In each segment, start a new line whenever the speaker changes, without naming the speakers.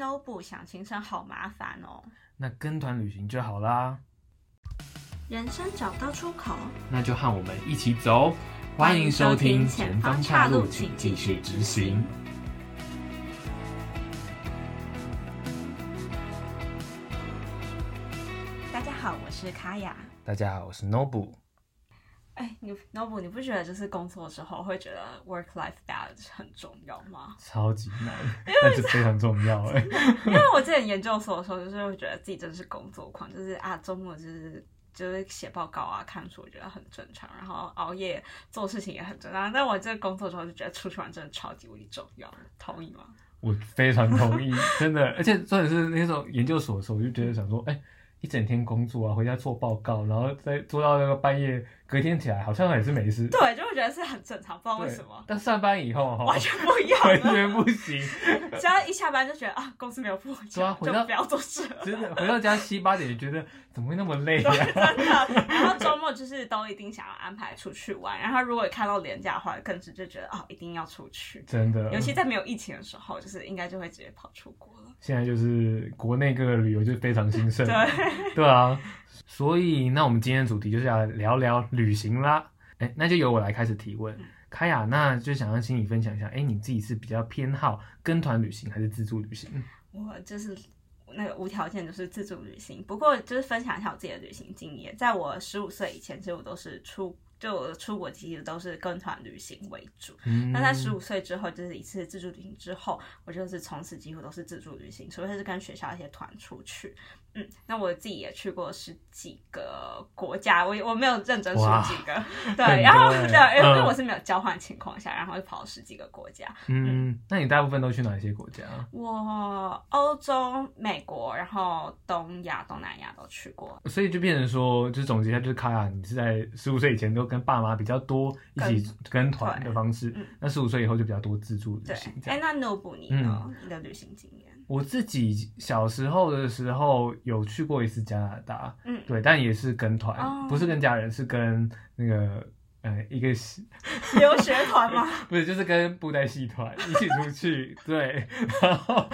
都不想行程好麻烦哦。
那跟团旅行就好啦。
人生找不到出口，
那就和我们一起走，欢迎收听《前方岔路，请继续直行》。
大家好，我是卡雅。
大家好，我是 Nobu。
哎，你 Nobu，你不觉得就是工作之后会觉得 work life balance 很重要 吗？
超级难， 但是非常重要 哎。
因为我之前研究所的时候，就是会觉得自己真是工作狂，就是啊，周末就是就是写报告啊、看书，我觉得很正常，然后熬夜做事情也很正常。但我这工作之后就觉得出去玩真的超级无敌重要，同意吗？
我非常同意，真的。而且重点是那时候研究所的时候，我就觉得想说，哎、一整天工作啊，回家做报告，然后再做到那个半夜，隔天起来好像也是没事。
对，就会觉得是很正常，不知道为
对
什么，
但上班以后哈
完，全不一样 啊
完
了。
全不行。
只要一下班就觉得啊，公司没有付我
对啊
钱，
回
就
到
不要做事了。
真 的回到家七八点，就觉得怎么会那么累呀、啊？
真的。然后周末就是都一定想要安排出去玩，然后如果看到廉价的话，更是就觉得哦，一定要出去。
真的，
尤其在没有疫情的时候，就是应该就会直接跑出国了。
现在就是国内各个旅游就非常兴盛，
对，
对啊，所以那我们今天的主题就是要聊聊旅行啦。哎，那就由我来开始提问，卡雅，那就想要请你分享一下，哎，你自己是比较偏好跟团旅行还是自助旅行？
我就是那个无条件就是自助旅行。不过就是分享一下我自己的旅行经验，在我十五岁以前，其实我都是出就我的出国其实都是跟团旅行为主。
嗯，
那在十五岁之后，就是一次自助旅行之后，我就是从此几乎都是自助旅行，除非是跟学校一些团出去。嗯，那我自己也去过十几个国家，我我没有认真数
哇
几 个，
很
对，
多
然后
欸
对，因为
嗯
我是没有交换情况下，然后就跑了十几个国家。
嗯，那你大部分都去哪些国家？
我欧洲、美国，然后东亚、东南亚都去过，
所以就变成说，就是总结一下，就是卡雅，你是在十五岁以前都跟爸妈比较多一起跟团的方式
对嗯，
那十五岁以后就比较多自助旅
对
行。，这
哎，
样，嗯
那 Nobu 你呢？你的旅行经验？
我自己小时候的时候有去过一次加拿大，
嗯，
对，但也是跟团，
哦
不是跟家人，是跟那个呃一个系
留学团 吗？
不是就是跟布袋戏团一起出去， 对，然后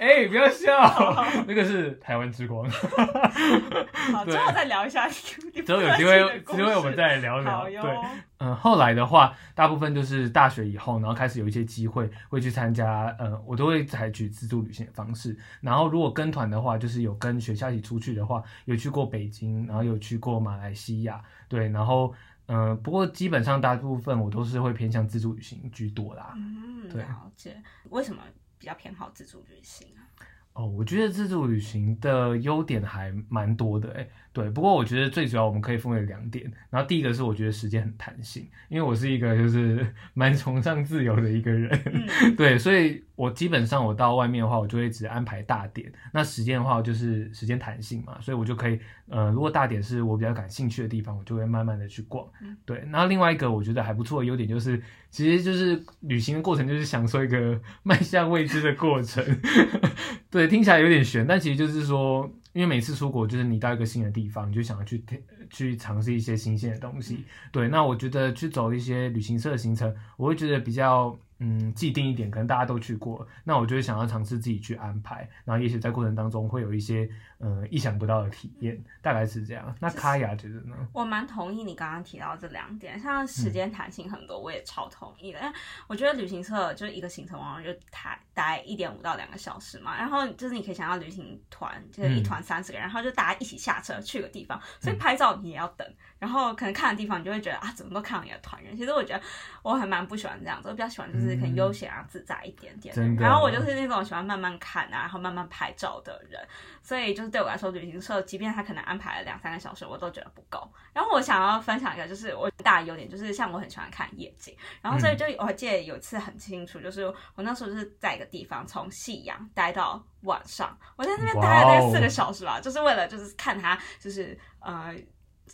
哎、不要笑，
哦
那个是台湾之光，
好，
对
之后再聊一下。
之
之
后有机会机会我们再聊聊，
好哟。
对。嗯，后来的话，大部分就是大学以后，然后开始有一些机会会去参加，呃，我都会采取自助旅行的方式。然后如果跟团的话，就是有跟学校一起出去的话，有去过北京，然后有去过马来西亚，对，然后，嗯、不过基本上大部分我都是会偏向自助旅行居多啦。
嗯，
对
了解。为什么比较偏好自助旅行啊？
哦，我觉得自助旅行的优点还蛮多的诶，对。不过我觉得最主要我们可以分为两点，然后第一个是我觉得时间很弹性，因为我是一个就是 蛮崇尚自由的一个人，
嗯，
对，所以我基本上我到外面的话，我就会只安排大点。那时间的话，就是时间弹性嘛，所以我就可以，呃，如果大点是我比较感兴趣的地方，我就会慢慢的去逛
嗯。
对，然后另外一个我觉得还不错的优点就是，其实就是旅行的过程就是享受一个 迈向未知的过程。 对，听起来有点悬，但其实就是说，因为每次出国，就是你到一个新的地方，你就想要去 t- 去尝试一些新鲜的东西。对，那我觉得去走一些旅行社的行程，我会觉得比较嗯既定一点，可能大家都去过，那我就会想要尝试自己去安排，然后也许在过程当中会有一些呃意想不到的体验，大概是这样。那
就是
卡雅觉得呢？
我蛮同意你刚刚提到这两点，像
嗯
时间弹性很多，我也超同意的。因为我觉得旅行社就是一个行程往往就待待一点五到两个小时嘛，然后就是你可以想到旅行团就是一
嗯
团三十个人，然后就大家一起下车去个地方，所以拍照你也要等，然后可能看的地方你就会觉得啊，怎么都看到你的团员。其实我觉得我还蛮不喜欢这样子，我比较喜欢就是可能
嗯
悠闲啊、自在一点点
真的
然后我就是那种喜欢慢慢看啊，然后慢慢拍照的人。所以就是对我来说，旅行社即便他可能安排了两三个小时，我都觉得不够。然后我想要分享一个，就是我大的优点，就是像我很喜欢看夜景，然后所以就我记得有一次很清楚，就是我那时候就是在一个地方从夕阳待到晚上，我在那边待了大
哇
概
哦
四个小时吧，就是为了就是看它就是呃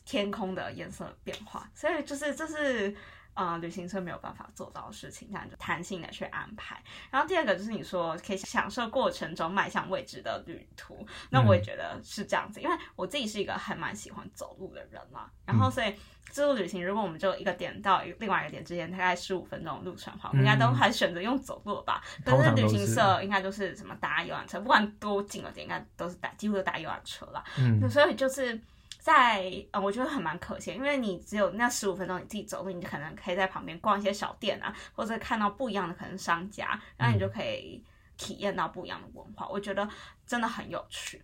天空的颜色变化，所以就是这是。呃旅行社没有办法做到的事情，那你就弹性的去安排。然后第二个就是你说可以享受过程中迈向未知的旅途，那
嗯
我也觉得是这样子，因为我自己是一个还蛮喜欢走路的人啦。然
嗯
后所以自助旅行，如果我们就一个点到一个另外一个点之间大概十五分钟的路程的话，我们应该都还选择用走路吧。
嗯通
可是
常都
旅行
是
社应该就是什么搭游览车，不管多近的点，应该都是搭几乎都搭游览车啦。
嗯，
所以就是在呃，我觉得很蛮可惜，因为你只有那十五分钟你自己走路，你就可能可以在旁边逛一些小店啊，或者看到不一样的可能商家，然后
嗯
你就可以体验到不一样的文化。我觉得真的很有趣。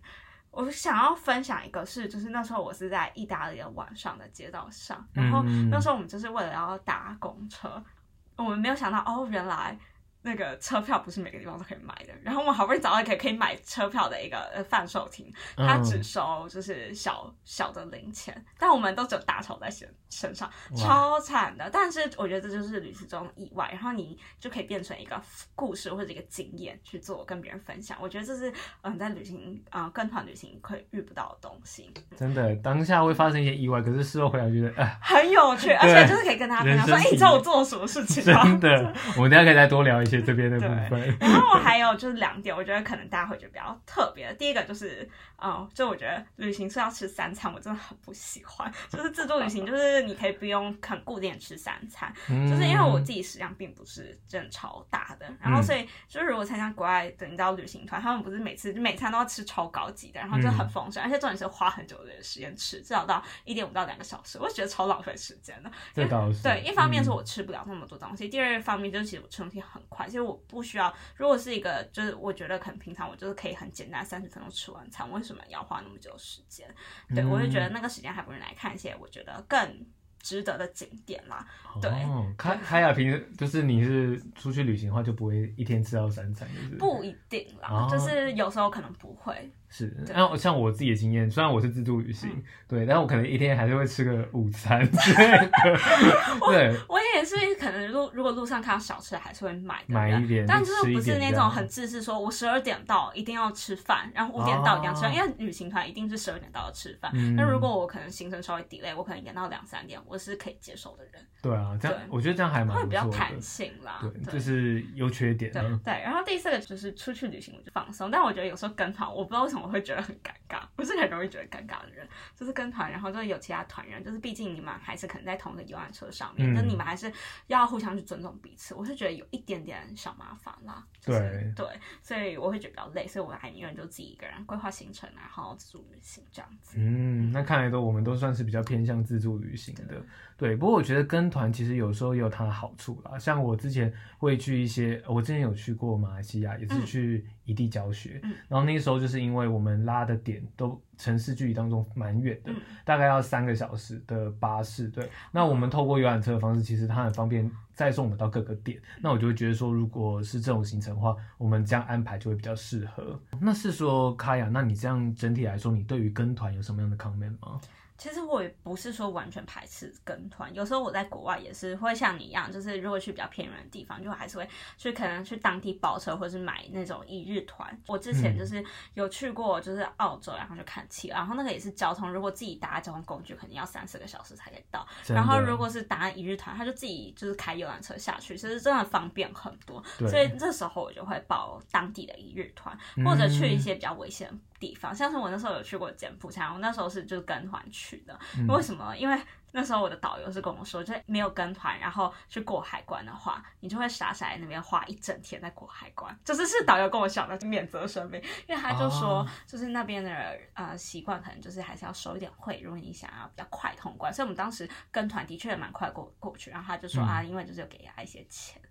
我想要分享一个是，就是那时候我是在意大利的晚上的街道上，然后
嗯
那时候我们就是为了要搭公车，我们没有想到哦，原来那个车票不是每个地方都可以买的。然后我们好不容易找到一个可以买车票的一个呃贩售亭，他
嗯
只收就是小小的零钱，但我们都只有打手在身身上，
哇
超惨的。但是我觉得这就是旅途中的意外，然后你就可以变成一个故事或者一个经验去做跟别人分享。我觉得这是嗯在旅行啊、呃跟团旅行可以遇不到的东西，
真的当下会发生一些意外，可是事后回来觉得， 哎，
很有 趣，而且就是可以跟大家分享说，
人
哎、
生
你知道我做了什么事情吗？
真的，我们等一下可以再多聊一些这边的部分。
然后还有就是两点，我觉得可能大家会觉得比较特别的。第一个就是，嗯，就我觉得旅行是要吃三餐，我真的很不喜欢。就是自助旅行，就是你可以不用很固定地吃三餐，
嗯
就是因为我自己食量并不是真的超大的，然后所以就是如果参加国外的你知道旅行团，他们不是每次每餐都要吃超高级的，然后就很丰盛，而且重点是花很久的时间吃，至少到一点五到两个小时，我就觉得超浪费时间的。
嗯这倒是嗯
对，一方面是我吃不了那么多东西，第二方面就是其实我吃东西很快，其实我不需要。如果是一个就是我觉得可能平常我就是可以很简单三十分钟吃完餐，为什么要花那么久的时间？对、我就觉得
嗯
那个时间还不如来看一些我觉得更值得的景点啦。对
哦，开开雅平时就是你是出去旅行的话，就不会一天吃到三餐，就是
不一定啦，
哦
就是有时候可能不会。
是。
对嗯
那我像我自己的经验，虽然我是自助旅行，对，但我可能一天还是会吃个午餐 之类的，对，
我也是可能路如果路上看到小吃还是会买的
买
人
一点
但就是
吃一
不是
点
那
这
种
样
很自私，说我十二点到一定要吃饭，然后五点到一定要吃饭，
哦
因为旅行团一定是十二点到要吃饭。
嗯
那、如果我可能行程稍微 delay，我可能延到两三点，我是可以接受的人，
对啊，这样
对
我觉得这样还蛮
会
不
比较
错的
弹，性啦。
对，这是嗯优缺点欸
对
呢。
对，然后第四个就是出去旅行我就放松，但我觉得有时候跟团，我不知道为什么我会觉得很尴尬，我是很容易觉得尴尬的人，就是跟团，然后就有其他团员，就是毕竟你们还是可能在同一个游览车上面，
嗯
但你们还是要互相去尊重彼此，我是觉得有一点点小麻烦啦，就是、对，所以我会觉得比较累，所以我还宁愿就自己一个人规划行程，然后自助旅行这样子。
嗯，那看来都我们都算是比较偏向自助旅行的，对。不过我觉得跟团其实有时候也有它的好处啦，像我之前会去一些，我之前有去过马来西亚，也是
嗯
去异地教学，
嗯
然后那时候就是因为我们拉的点都城市距离当中蛮远的，
嗯
大概要三个小时的巴士，对。那我们透过游览车的方式，其实它很方便载送我们到各个点。那我就会觉得说，如果是这种行程的话，我们这样安排就会比较适合。那是说，卡雅，那你这样整体来说，你对于跟团有什么样的 comment 吗？
其实我也不是说完全排斥跟团，有时候我在国外也是会像你一样，就是如果去比较偏远的地方，就还是会去可能去当地包车，或者是买那种一日团。我之前
嗯
就是有去过，就是澳洲，然后就看企鹅，然后那个也是交通，如果自己搭交通工具，肯定要三四个小时才可以到。
真的
然后如果是搭一日团，他就自己就是开游览车下去，其实真的方便很多。
对
所以这时候我就会报当地的一日团，或者
嗯
去一些比较危险的地方，像是我那时候有去过柬埔寨，我那时候是就是跟团去的。
嗯
为什么？因为那时候我的导游是跟我说，就是没有跟团，然后去过海关的话，你就会傻傻在那边花一整天在过海关。就是是导游跟我讲的免责声明，因为他就说
哦，
就是那边的呃习惯可能就是还是要收一点会，如果你想要比较快通关，所以我们当时跟团的确也蛮快过过去。然后他就说、
嗯
啊，因为就是有给他一些钱。
了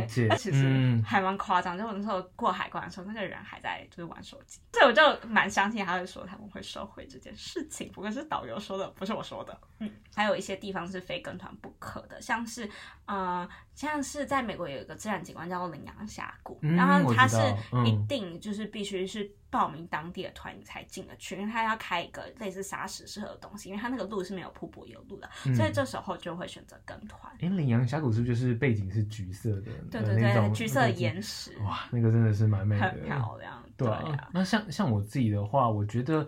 对
解
那，其实
嗯，
还蛮夸张，就我那时候过海关的时候，那个人还在就是玩手机，所以我就蛮相信他会说他们会收回这件事情。不过是导游说的，不是我说的。嗯，还有一些地方是非跟团不可的，像是呃，像是在美国有一个自然景观叫做羚羊峡谷，
嗯
然后它是
我知道嗯
一定就是必须是报名当地的团你才进得去，因为它要开一个类似沙石适合的东西，因为它那个路是没有瀑布有路的，
嗯
所以这时候就会选择跟团。
哎，羚羊峡谷是不是就是背景是橘色的？
对
呃
对
那
对，
种
橘色的
那种
岩石。
哇，那个真的是蛮美的，
很漂亮，
对
啊，
那像像我自己的话，我觉得。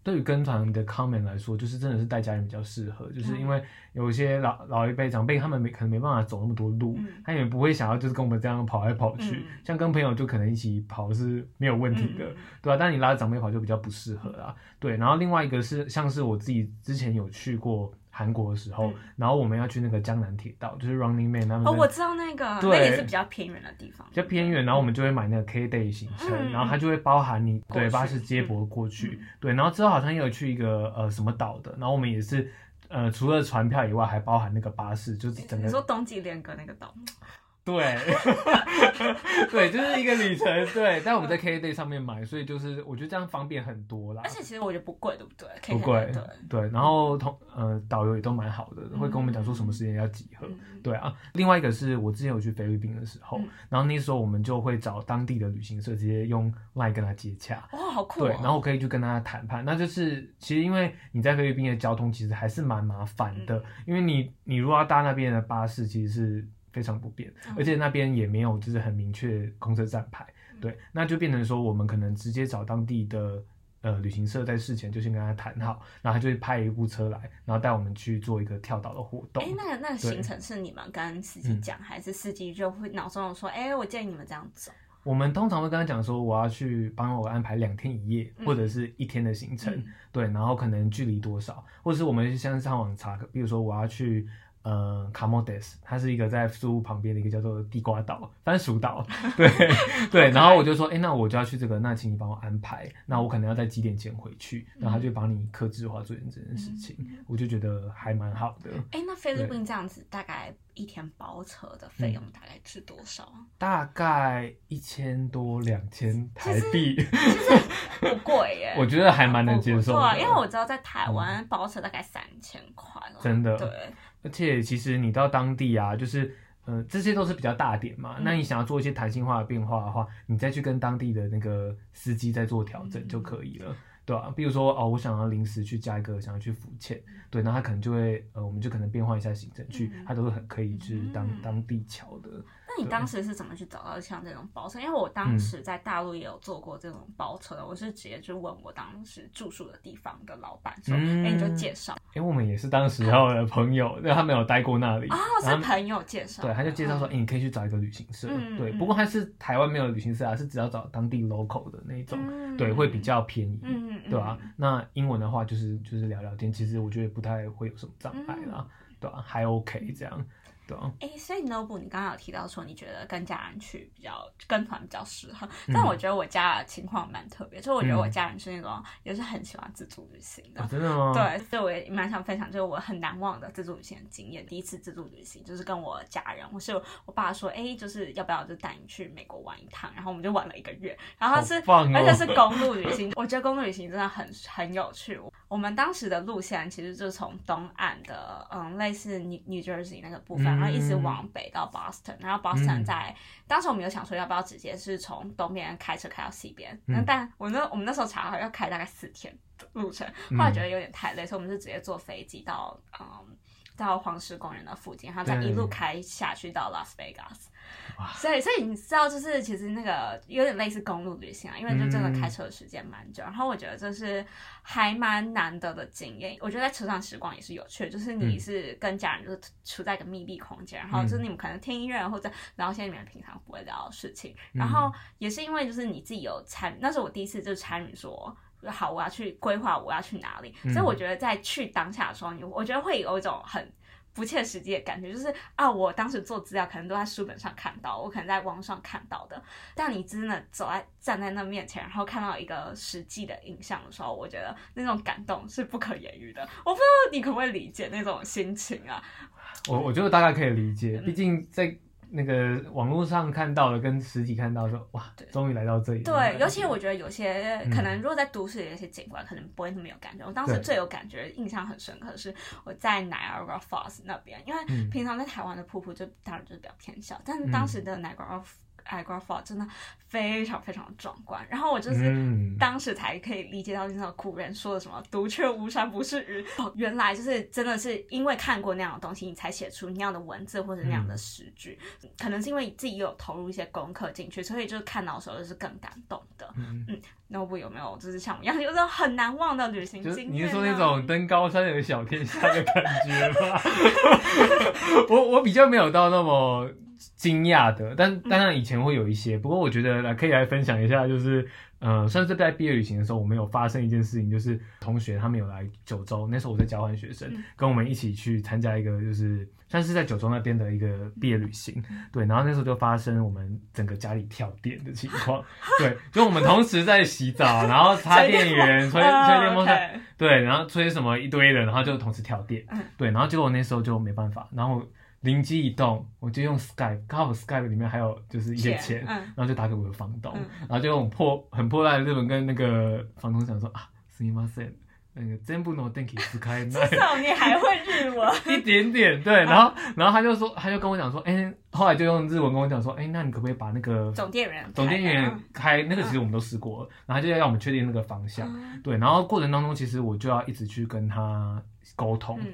对于跟团的 comment 来说，就是真的是带家人比较适合，
嗯
就是因为有一些老老一辈长辈，他们没可能没办法走那么多路，
嗯
他也不会想要就是跟我们这样跑来跑去，
嗯
像跟朋友就可能一起跑是没有问题的，
嗯
对啊，但你拉着长辈跑就比较不适合啦。对，然后另外一个是像是我自己之前有去过韩国的时候，
嗯
然后我们要去那个江南铁道，就是 Running Man 他们
哦，我
在
知道那个，
对
那也是比较偏远的地方，
比较偏远，然后我们就会买那个 K Day 行程，
嗯
然后它就会包含你
过
对
去嗯
巴士接驳过去，对，然后之后好像也有去一个呃什么岛的，然后我们也是。呃，除了船票以外，还包含那个巴士，就是整
嗯。你
个
说冬季恋歌那个岛，
对， 对，就是一个里程， 对。但我们在 K Day 上面买，所以就是我觉得这样方便很多啦
而。且其实我觉得不贵，对不对？可以
不贵
对，
对，然后同呃导游也都蛮好的，会跟我们讲说什么时间要集合。
嗯
对啊，另外一个是我之前有去菲律宾的时候，
嗯
然后那时候我们就会找当地的旅行社，直接用 LINE 跟他接洽。
哦，好酷哦。
对，然后我可以去跟他谈判。那就是其实因为你在菲律宾的交通其实还是蛮麻烦
嗯
的，因为你你如果要搭那边的巴士，其实是非常不便，
嗯
而且那边也没有就是很明确公车站牌。
嗯
对，那就变成说我们可能直接找当地的。呃，旅行社在事前就先跟他谈好，然后他就会派一部车来，然后带我们去做一个跳岛的活动。
哎，那个那个
对嗯
行程是你们跟司机讲，还是司机就会脑中有说，哎，我建议你们这样走？
我们通常会跟他讲说，我要去帮我安排两天一夜、
嗯
或者是一天的行程，
嗯
对，然后可能距离多少，或者是我们先上网查，比如说我要去呃卡莫德斯，它是一个在苏屋旁边的一个叫做地瓜岛、番薯岛， 对对，然后我就说，哎、那我就要去这个，那请你帮我安排，那我可能要在几点前回去，然后
嗯
他就帮你克制化做这件事情，我就觉得还蛮好的。
哎，嗯那菲律宾这样子大概一天包车的
嗯
费用大概是多少啊？
大概一千多两千台
其实
币，，
不贵耶
我觉得还蛮能接受
对啊，
的，嗯
因为我知道在台湾包车大概三千块了，
真的
对，
而且其实你到当地啊，就是呃，这些都是比较大点嘛。
嗯
那你想要做一些弹性化的变化的话，你再去跟当地的那个司机再做调整
嗯
就可以了。对啊，比如说哦，我想要临时去加一个，想要去浮潜，对，那他可能就会呃，我们就可能变换一下行程去，
嗯
他都是很可以去当、
嗯
当地桥的。
那你当时是怎么去找到像这种包车？因为我当时在大陆也有做过这种包车的，我是直接就问我当时住宿的地方的老板说，哎、
嗯
你就介绍
哎、我们也是当时候的朋友， 那他没有待过那里
哦，
然
是
后
朋友介绍的，
对，他就介绍说，哎、你可以去找一个旅行社，
啊嗯
对，
嗯
不过他是台湾没有旅行社啊，是只要找当地 local 的那一种，
嗯，
对，会比较便宜。
嗯，嗯嗯，
对啊，那英文的话就是就是聊聊天，其实我觉得不太会有什么障碍啦，
嗯
对啊，还 OK 这样，对啊，
哎、所以 Nobu，你刚刚有提到说你觉得跟家人去比较跟团比较适合，
嗯
但我觉得我家的情况蛮特别，就我觉得我
嗯
家人是那种也是很喜欢自助旅行的
啊，真的吗？，
对，所以我也蛮想分享，就是我很难忘的自助旅行的经验。第一次自助旅行就是跟我家人，我是我爸说，哎、就是要不要就带你去美国玩一趟？然后我们就玩了一个月，然后
好
是、
棒哦，
而且是公路旅行，我觉得公路旅行真的很很有趣。我们当时的路线其实就是从东岸的，嗯，类似 New New Jersey 那个部分，
嗯
然后一直往北到 Boston，然后 Boston
嗯
在、当时我们有想说要不要直接是从东边开车开到西边，
嗯
但我那我们那时候查好要开大概四天的路程，后
嗯
来觉得有点太累，所以我们就直接坐飞机到，嗯。到黄石公园的附近，然后再一路
对
开下去到 Las Vegas。
哇
所以，所以你知道，就是其实那个有点类似公路旅行啊，因为就真的开车的时间蛮久。然后我觉得这是还蛮难得的经验。我觉得在车上时光也是有趣的，就是你
嗯
是跟家人就是处在一个密闭空间，然后就是你们可能听音乐或者聊一些你们平常不会聊的事情。
嗯
然后也是因为就是你自己有参，那是我第一次就参与说。好，我要去规划我要去哪里，
嗯
所以我觉得在去当下的时候，你我觉得会有一种很不切实际的感觉，就是啊，我当时做资料可能都在书本上看到，我可能在网上看到的，但你真的走在站在那面前，然后看到一个实际的影像的时候，我觉得那种感动是不可言喻的。我不知道你可不可以理解那种心情啊？
我我觉得大概可以理解，
嗯
毕竟在那个网络上看到的跟实体看到说，哇
对，
终于来到这里，
对，尤其我觉得有些
嗯
可能，如果在都市里有些景观，可能不会那么有感觉。我当时
对
最有感觉、印象很深刻的是我在 Niagara Falls 那边，因为
嗯
平常在台湾的瀑布就当然就是比较偏小，但是
嗯
当时的 Niagara Niagara Falls 真的非常非常的壮观。然后我就是
嗯，
当时才可以理解到那种古人说的什么“独雀无声不是云”，哦原来就是真的是因为看过那样的东西，你才写出那样的文字或者那样的诗句。可能是因为自己有投入一些功课进去，所以就是看到的时候就是更感动的。
嗯，
那我有没有就是像我一样有这种很难忘的旅行
就是
经验？啊
你是说那种？登高山有小天下的感觉吗？ 我我比较没有到那么惊讶的，
嗯
但当然以前会有一些。不过我觉得来可以来分享一下，就是呃，算是在毕业旅行的时候，我们有发生一件事情，就是同学他们有来九州，那时候我在交换学生
嗯，
跟我们一起去参加一个就是算是在九州那边的一个毕业旅行。
嗯
对，然后那时候就发生我们整个家里跳电的情况。对，就我们同时在洗澡，然后插
吹
电源、吹吹
啊
电风扇。
OK
对，然后吹什么一堆的，然后就同时跳电，
嗯
对，然后结果我那时候就没办法，然后灵机一动，我就用 Skype，刚好 Skype 里面还有就是一些钱，
嗯，
然后就打给我的房东，
嗯
然后就用破很破烂的日本跟那个房东讲说啊，すみません，那个全部の電気使えな
至
い。
少你还会日文。
一点点，对，然后，然后他就说，他就跟我讲说，哎、后来就用日文跟我讲说，哎、那你可不可以把那个
总嗯店员，
总电源开？那个其实我们都试过了，然后他就要让我们确定那个方向，
嗯
对，然后过程当中，其实我就要一直去跟他沟通。
嗯，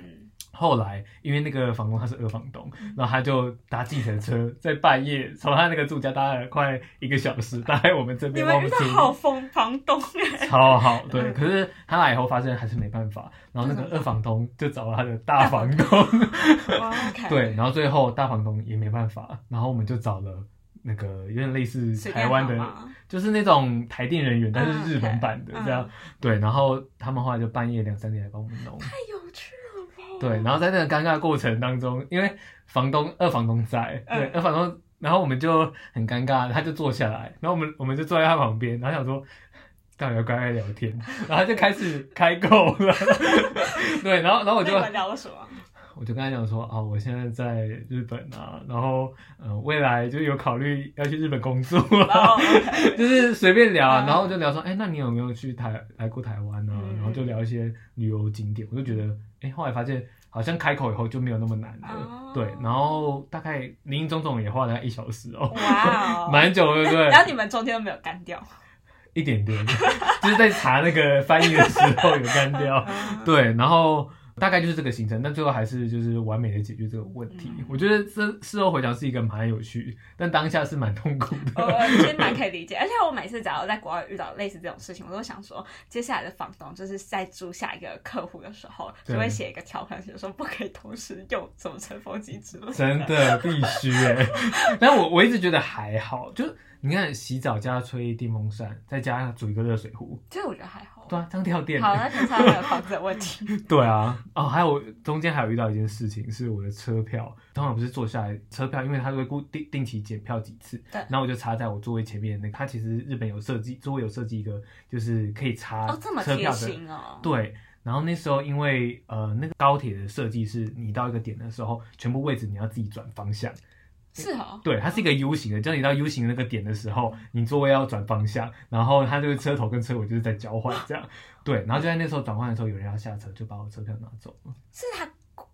后来，因为那个房东他是二房东
嗯，
然后他就搭计程车， 在半夜从他那个住家搭了快一个小 时，搭来我们这
你
边帮我
们遇
们
到
处
好
理。
疯房东哎，
超好，对。
嗯
可是他来以后发现还是没办法，然后那
真
个二房东就找了他的大房东，
哇，OK
对，，然后最后大房东也没办法，然后我们就找了那个有点类似
水
台
电
湾
好
的
吗
就是那种台电人员，但是日本版的
嗯，OK，
这样、
嗯
对。然后他们后来就半夜两三点来帮我们弄，
太哎有趣啊了吧？
对。然后在那个尴尬的过程当中，因为房东二房东在，
嗯
对，二房东，然后我们就很尴尬，他就坐下来，然后我们我们就坐在他旁边，然后想说。到底要乖乖聊天，然后他就 开始开口了，对，然后然后我
那
就
你们聊了什么？
我就跟他讲说啊，我现在在日本啊，然后呃未来就有考虑要去日本工作、
然后哦 OK
就是随便聊啊，
嗯
然后就聊说，哎、那你有没有去台来过台湾啊？
嗯
然后就聊一些旅游景点，我就觉得，哎、后来发现好像开口以后就没有那么难了，
哦
对。然后大概林林总总也花了一小时哦、
哇哦，
蛮久的，对不对
然？后你们中间都没有干掉，
一点点， 就是在查那个翻译的时候有干 掉，
嗯
对。然后大概就是这个行程，但最后还是就是完美的解决这个问题。
嗯
我觉得这事后回想是一个蛮有趣，但当下是蛮痛苦的。
哦我其实蛮可以理解，而且我每次只要在国外遇到类似这种事情，我都想说，接下来的房东就是在租下一个客户的时候，
对
就会写一个条款，就说不可以同时用什么吹风机之类
真的必须哎、 但我我一直觉得还好，就你看洗澡加吹电风扇，再加上煮一个热水壶，
这我觉得还好。
对啊，这样跳电、
好，那等一下还有房子的问题。
对啊，哦，还有中间还有遇到一件事情，是我的车票，通常不是坐下来车票，因为它会固定定期检票几次，
对
然后我就插在我座位前面那个，它其实日本有设计座位有设计一个，就是可以插
哦，这么
车
贴
票的
心哦。
对，然后那时候因为呃那个高铁的设计是你到一个点的时候，全部位置你要自己转方向。
是哦。
对，它是一个 U 型的，就是你到 U 型的那个点的时候，你座位要转方向，然后它这个车头跟车尾就是在交换这样。对，然后就在那时候转换的时候，有人要下车，就把我车票拿走了。
是他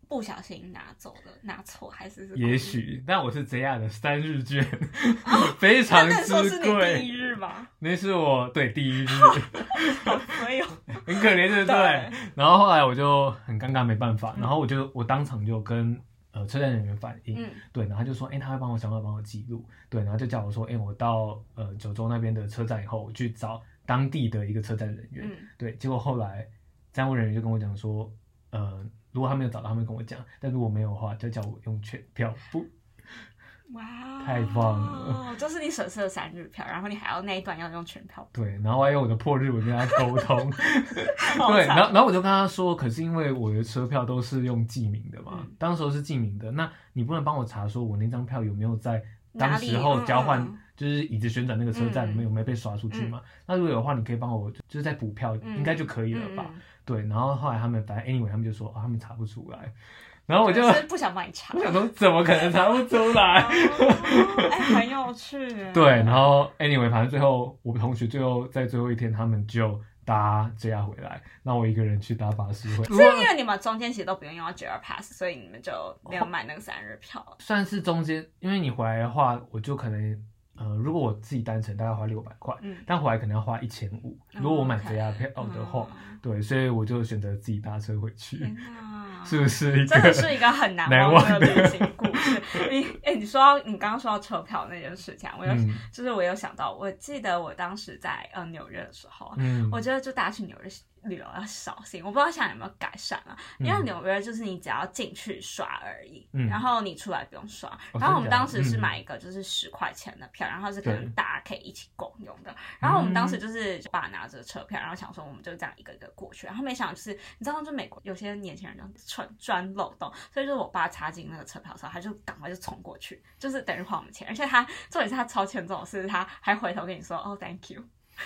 不小心拿走的，拿错还是是故意？
也许，但我是 JR 的三日 券，非常
那时候
之
是你第
贵。
一日吗？
那是我对第 一日，
好没 有。
很可怜，对不对？然后后来我就很尴尬，没办法，
嗯
然后我就我当场就跟呃车站人员反映，
嗯
对，然后他就说，哎、他会帮我想办法帮我记录，对，然后就叫我说，哎、我到呃九州那边的车站以后，我去找当地的一个车站人员，
嗯，
对，结果后来站务人员就跟我讲说，呃，如果他没有找到，他们跟我讲，但如果没有的话，就叫我用全票不，
哇哦，
太棒了
就是你损失了三日票，然后你还要那一段要用全票，
对，然后还有我的破日文跟他沟通，
好
对，
惨
然后然后我就跟他说，可是因为我的车票都是用记名的嘛，
嗯
当时候是记名的，那你不能帮我查说我那张票有没有在当
哪里
时候
嗯
交换
嗯
就是椅子旋转那个车站里面有没有被刷出去嘛？那如果有的话，你可以帮我就是再补票，
嗯
应该就可以了
嗯
吧？
嗯
对，然后后来他们反正 anyway 他们就说啊、他们查不出来，然后我就。
可是不想帮你查
我想说怎么可能查不出
哦
来？
哎，很有趣耶。
对，然后 anyway 反正最后我同学最后在最后一天他们就搭 JR 回来，那我一个人去搭巴士回来。
是因为你们中间其实都不用用到 JR Pass，所以你们就没有买那个三日票。
算是中间，因为你回来的话，我就可能呃，如果我自己单程大概花六百块，
嗯，
但回来可能要花一千五。如果我买
哦 OK，
哦 JR 票的话，
嗯，
对，所以我就选择自己搭车回去。
天哪啊，
嗯 是不是一
真的
个？
是一个很难
难
忘的
忘的
旅行故事。 你哎、你说到你刚刚说到车票那件事情啊，我有、
嗯
就是我有想到，我记得我当时在呃纽约的时候，
嗯，
我觉得就大家去纽约旅游要小心，我不知道现在有没有改善啊。
嗯
因为纽约就是你只要进去刷而已，
嗯
然后你出来不用刷。
哦
然后我们
真的假的
当时是
嗯
买一个就是十块钱的票，然后是可能
对嗯
大家可以一起共用的。然后我们当时就是就爸拿着车票，然后想说我们就这样一个一个过去，然后没想到就是你知道，就美国有些年轻人就蠢钻漏洞，所以就是我爸插进那个车票的时候，他就赶快就冲过去，就是等于花我们钱，而且他重点是他超欠揍的是，他还回头跟你说哦、thank you，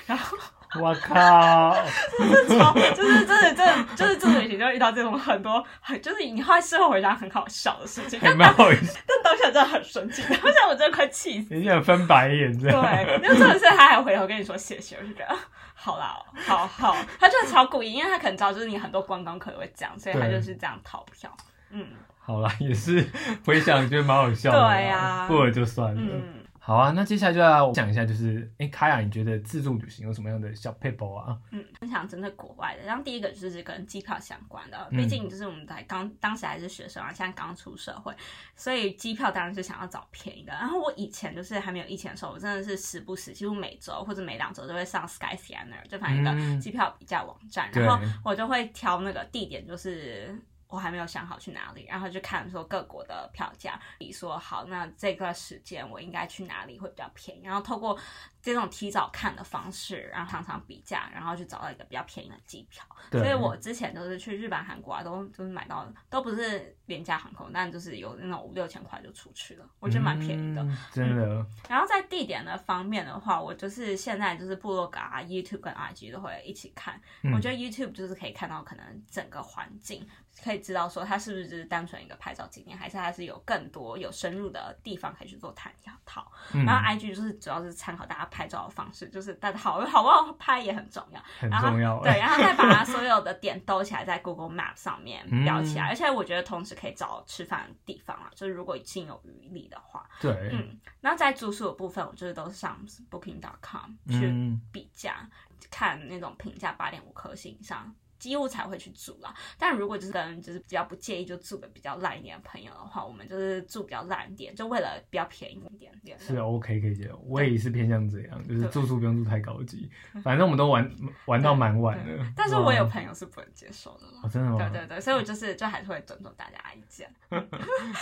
然后。
我 靠，
超就是真的真的就是这种旅行就会遇到这种很多很就是你后来事后回想很好笑的事情，
还
但
蛮
当
好笑，
但当下真的很生气，当下我真的快气死。
人家翻白眼这
对
样。，
因为真的是他还回头跟你说谢谢，我就觉得好啦，好好，他真的超故意，因为他可能知道就是你很多观光客也会这样，所以他
对
就是这样逃票。嗯
好啦，也是回想觉得蛮好笑的啦。
对啊
过了就算了。
嗯，
好啊，那接下来就要讲一下，就是哎，卡雅，你觉得自助旅行有什么样的小 p e 啊？
分享针对国外的，然后第一个就是跟机票相关的，
嗯
毕竟就是我们在刚当时还是学生啊，现在刚出社会，所以机票当然是想要找便宜的。然后我以前就是还没有疫情的时候，我真的是时不时，几乎每周或者每两周都会上 Skyscanner，就反正一个
嗯
机票比价网站，
对
然后我就会挑那个地点，就是。我还没有想好去哪里，然后就看说各国的票价，比说好，那这个时间我应该去哪里会比较便宜，然后透过这种提早看的方式，然后常常比价，然后去找到一个比较便宜的机票。
对，
所以我之前都是去日本、韩国啊，都就是买到都不是廉价航空，但就是有那种五六千块就出去了，我觉得蛮便宜的。
嗯真的，
然后在地点的方面的话，我就是现在就是部落格啊、YouTube 跟 IG 都会一起看。
嗯
我觉得 YouTube 就是可以看到可能整个环境，可以知道说它是不是只是单纯一个拍照景点，还是它是有更多有深入的地方可以去做探讨。
嗯，
然后 IG 就是主要是参考大家拍照的方式，就是大家好 好不好拍也很重要。
很
然后
重要。
对，然后再 把所有的点兜起来，在 Google Map 上面
嗯
标起来，而且我觉得同时可以找吃饭的地方啊，就是如果心有余力的话，
对，
嗯，那在住宿的部分，我就是都是上 Booking.com 去
嗯，
比价，看那种评价八点五颗星以上。几乎才会去住啦，但如果就是跟就是比较不介意就住的比较烂一点的朋友的话，我们就是住比较烂一点，就为了比较便宜一点点。
是啊 OK 可以接受，我也是偏向这样，就是
嗯对嗯
住宿不用住太高级， 反正我们都玩玩到蛮晚的。
但是我有
哇
朋友是不能接受的啦。
哦，真的吗？
对对对，所以我就是就还是会尊重大家的意见。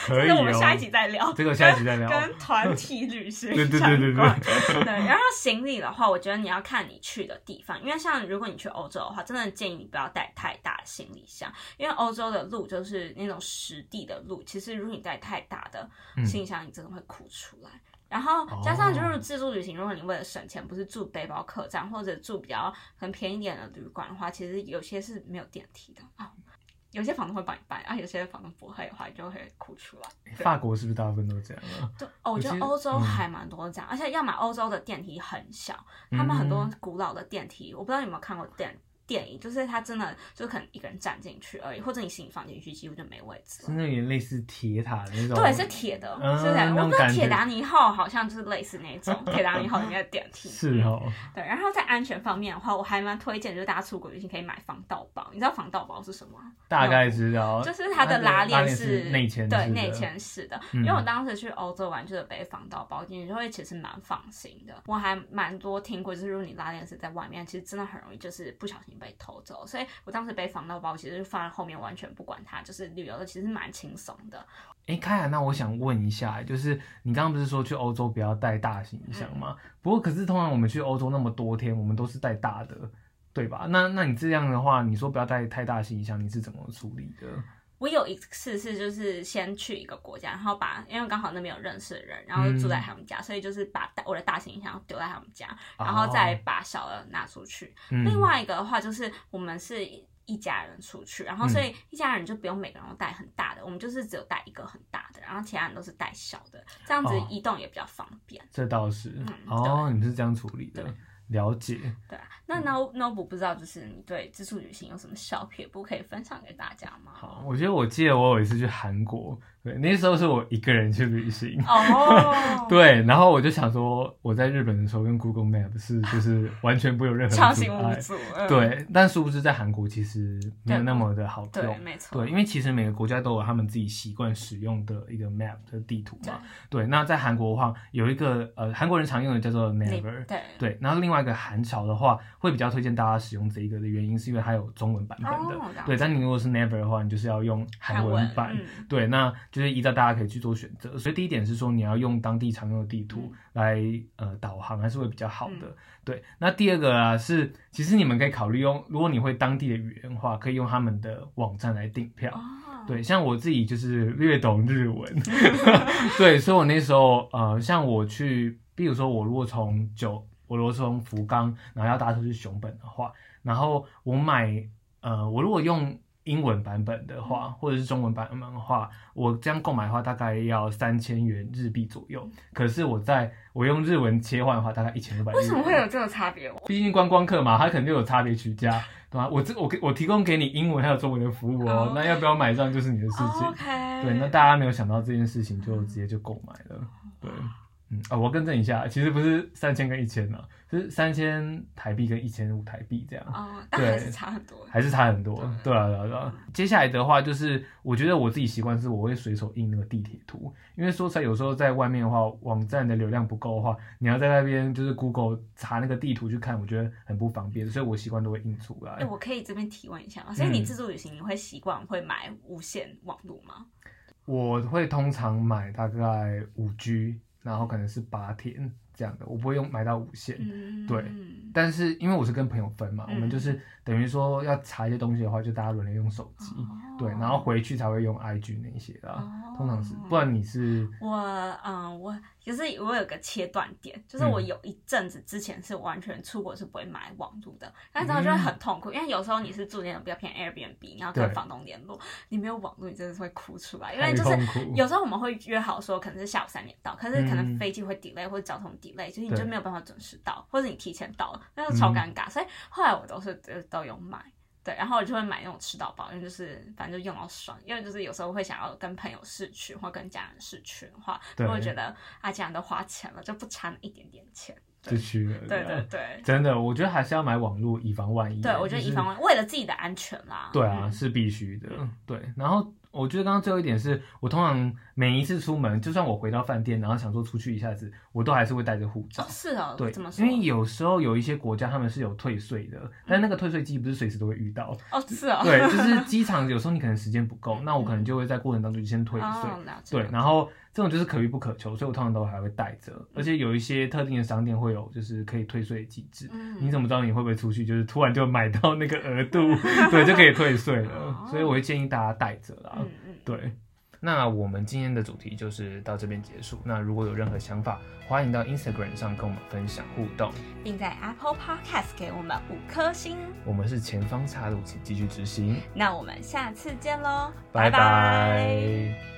可以
那
哦。
我们下一集再聊。
这个下一集再聊。
跟团体旅行
对对对
相
对对
关对然后行李的话，我觉得你要看你去的地方，因为像如果你去欧洲的话，真的建议你不要带太大的行李箱，因为欧洲的路就是那种实地的路，其实如果你带太大的
嗯
行李箱，你真的会哭出来。然后
哦
加上就是自助旅行，如果你为了省钱，不是住背包客栈或者住比较很便宜一点的旅馆的话，其实有些是没有电梯的啊、有些房东会帮你搬，啊，有些房东不会的话，你就会哭出来。
法国是不是大部分都这样啊？
对，哦，我觉
其
得
实
欧洲
嗯
还蛮多这样，而且要么欧洲的电梯很小，他们很多
嗯
古老的电梯，我不知道你有没有看过电电影，就是它真的就可能一个人站进去而已，或者你行李放进去，几乎就没位置
是
了。
那有点类似铁塔的那种。
对，是铁的，
嗯
是的。我
那
不
种
知道
感觉
铁达尼号好像就是类似那 种铁达尼号里面的电梯。
是哦，
对，然后在安全方面的话，我还蛮推荐，就是大家出国旅行可以买防盗包。你知道防盗包是什么吗？
大概哦知道。
就是它的拉链是
是内嵌式的
对内嵌式的。
嗯
因为我当时去欧洲玩，就是背防盗包进去，就会其实蛮放心的。我还蛮多听过，就是如果你拉链是在外面，其实真的很容易就是不小心被偷走。所以我当时背防盗包，其实就放在后面，完全不管它，就是旅游的其实蛮轻松的。
哎，凯雅，那我想问一下，就是你刚刚不是说去欧洲不要带大行
嗯
李箱吗？不过可是通常我们去欧洲那么多天，我们都是带大的，对吧？那那你这样的话，你说不要带太大行李箱，你是怎么处理的？
我有一次是就是先去一个国家，然后把因为刚好那边有认识的人，然后就住在他们家，所以就是把大我的大行李箱丢在他们家，然后再把小的拿出去。
哦嗯
另外一个的话就是我们是一家人出去，然后
嗯
所以一家人就不用每个人都带很大的，我们就是只有带一个很大的，然后其他人都是带小的，这样子
哦
移动也比较方便。
这倒是
嗯
哦，你们是这样处理的
对，
了解。
对啊，那
嗯
No Nobu 不知道就是你对自助旅行有什么小撇步可以分享给大家吗？
好，我觉得我记得我有一次去韩国，对，那时候是我一个人去旅行，
哦，，
对，然后我就想说，我在日本的时候用 Google Map 是就是完全不会有任何
畅
的阻
行无
碍，
阻。 嗯，
对，但殊不知在韩国其实没有那么的好
对，
用。
没错，
对，因为其实每个国家都有他们自己习惯使用的一个 map 的地图嘛。对，那在韩国的话，有一个呃韩国人常用的叫做
你
Never。
对
对，然后另外一个韩潮的话，会比较推荐大家使用这一个的原因，是因为它有中文版本的。
哦了
对，但你如果是 Never 的话，你就是要用韩
韩
文
文
版。
嗯
对，那就是依照大家可以去做选择。所以第一点是说，你要用当地常用的地图来、呃导航，还是会比较好的。对，那第二个啊是，其实你们可以考虑用，如果你会当地的语言的话，可以用他们的网站来订票。
哦，
对，像我自己就是略懂日文， 对，所以我那时候呃，像我去，比如说我如果从九，我如果从福冈，然后要搭车去熊本的话，然后我买呃，我如果用英文版本的话，
嗯
或者是中文版本的话，我这样购买的话大概要三千元日币左右。可是我在我用日文切换的话，大概一千六百。
为什么会有这个差别？我
毕竟观光客嘛，他可能就有差别取价，对吧、我这我给我提供给你英文还有中文的服务哦
哦
那要不要买账就是你的事情。
哦 OK，
对，那大家没有想到这件事情，就直接就购买了。对，嗯啊、我更正一下，其实不是三千跟一千啊，是三千台币跟一千五台币这样。
哦，但还
对
是差很多。
还是差很多。对啊，对啊，对啊。接下来的话就是，我觉得我自己习惯是我会随手印那个地铁图，因为说实在，有时候在外面的话，网站的流量不够的话，你要在那边就是 Google 查那个地图去看，我觉得很不方便，所以我习惯都会印出
哎，
来。
我可以这边提问一下吗？所以你
嗯
自助旅行，你会习惯会买无线网络吗？
我会通常买大概五 G，然后可能是八天这样的，我不会用买到无线。
嗯，
对但是因为我是跟朋友分嘛，
嗯
我们就是等于说要查一些东西的话，就大家轮流用手机，
哦
对，然后回去才会用 IG 那一些啦。
哦
通常是，不然你是
我嗯，我就是我有个切断点，就是
嗯
我有一阵子之前是完全出国是不会买网路的，但是后就会很痛苦，因为有时候你是住那种比较偏 Airbnb，你要跟
嗯对哎
房东联络，你没有网路，你真的是会哭出来，因
太
为就是
痛苦，
有时候我们会约好说可能是下午三点到，可是可能
嗯
飞机会 delay 或者交通 delay，就是你
对
就没有办法准时到，或者你提前到了，那就超尴尬。所以后来我都是都都有买，对，然后我就会买那种吃到饱，因为就是反正就用到爽，因为就是有时候会想要跟朋友试去或跟家人试去的话，
对
就会觉得啊，既然都花钱了，就不差那一点点钱。
就去了。
对
啊
对对
真的，我觉得还是要买网络，以防万一。啊
对，我觉得
就是
以防为了自己的安全啦。
对啊，
嗯
是必须的。对，然后我觉得刚刚最后一点是我通常每一次出门，就算我回到饭店，然后想说出去一下子，我都还是会带着护照
哦，。是哦，
对
怎么，说
因？为有时候有一些国家他们是有退税的，但那个退税机不是随时都会遇到。
哦，是哦，
对，就是机场有时候你可能时间不够，那我可能就会在过程当中就先退税。
哦，了解
对，然后这种就是可遇不可求，所以我通常都还会带着，而且有一些特定的商店会有就是可以退税的机制。
嗯
你怎么知道你会不会出去？就是突然就买到那个额 度，对，就可以退税了
哦。
所以我会建议大家带着啦。
嗯嗯。
对，那我们今天的主题就是到这边结束。那如果有任何想法，欢迎到 Instagram 上跟我们分享互动。
并在 Apple Podcast 给我们五颗星。
我们是前方岔路，请继续执行。
那我们下次见喽，
拜
拜
拜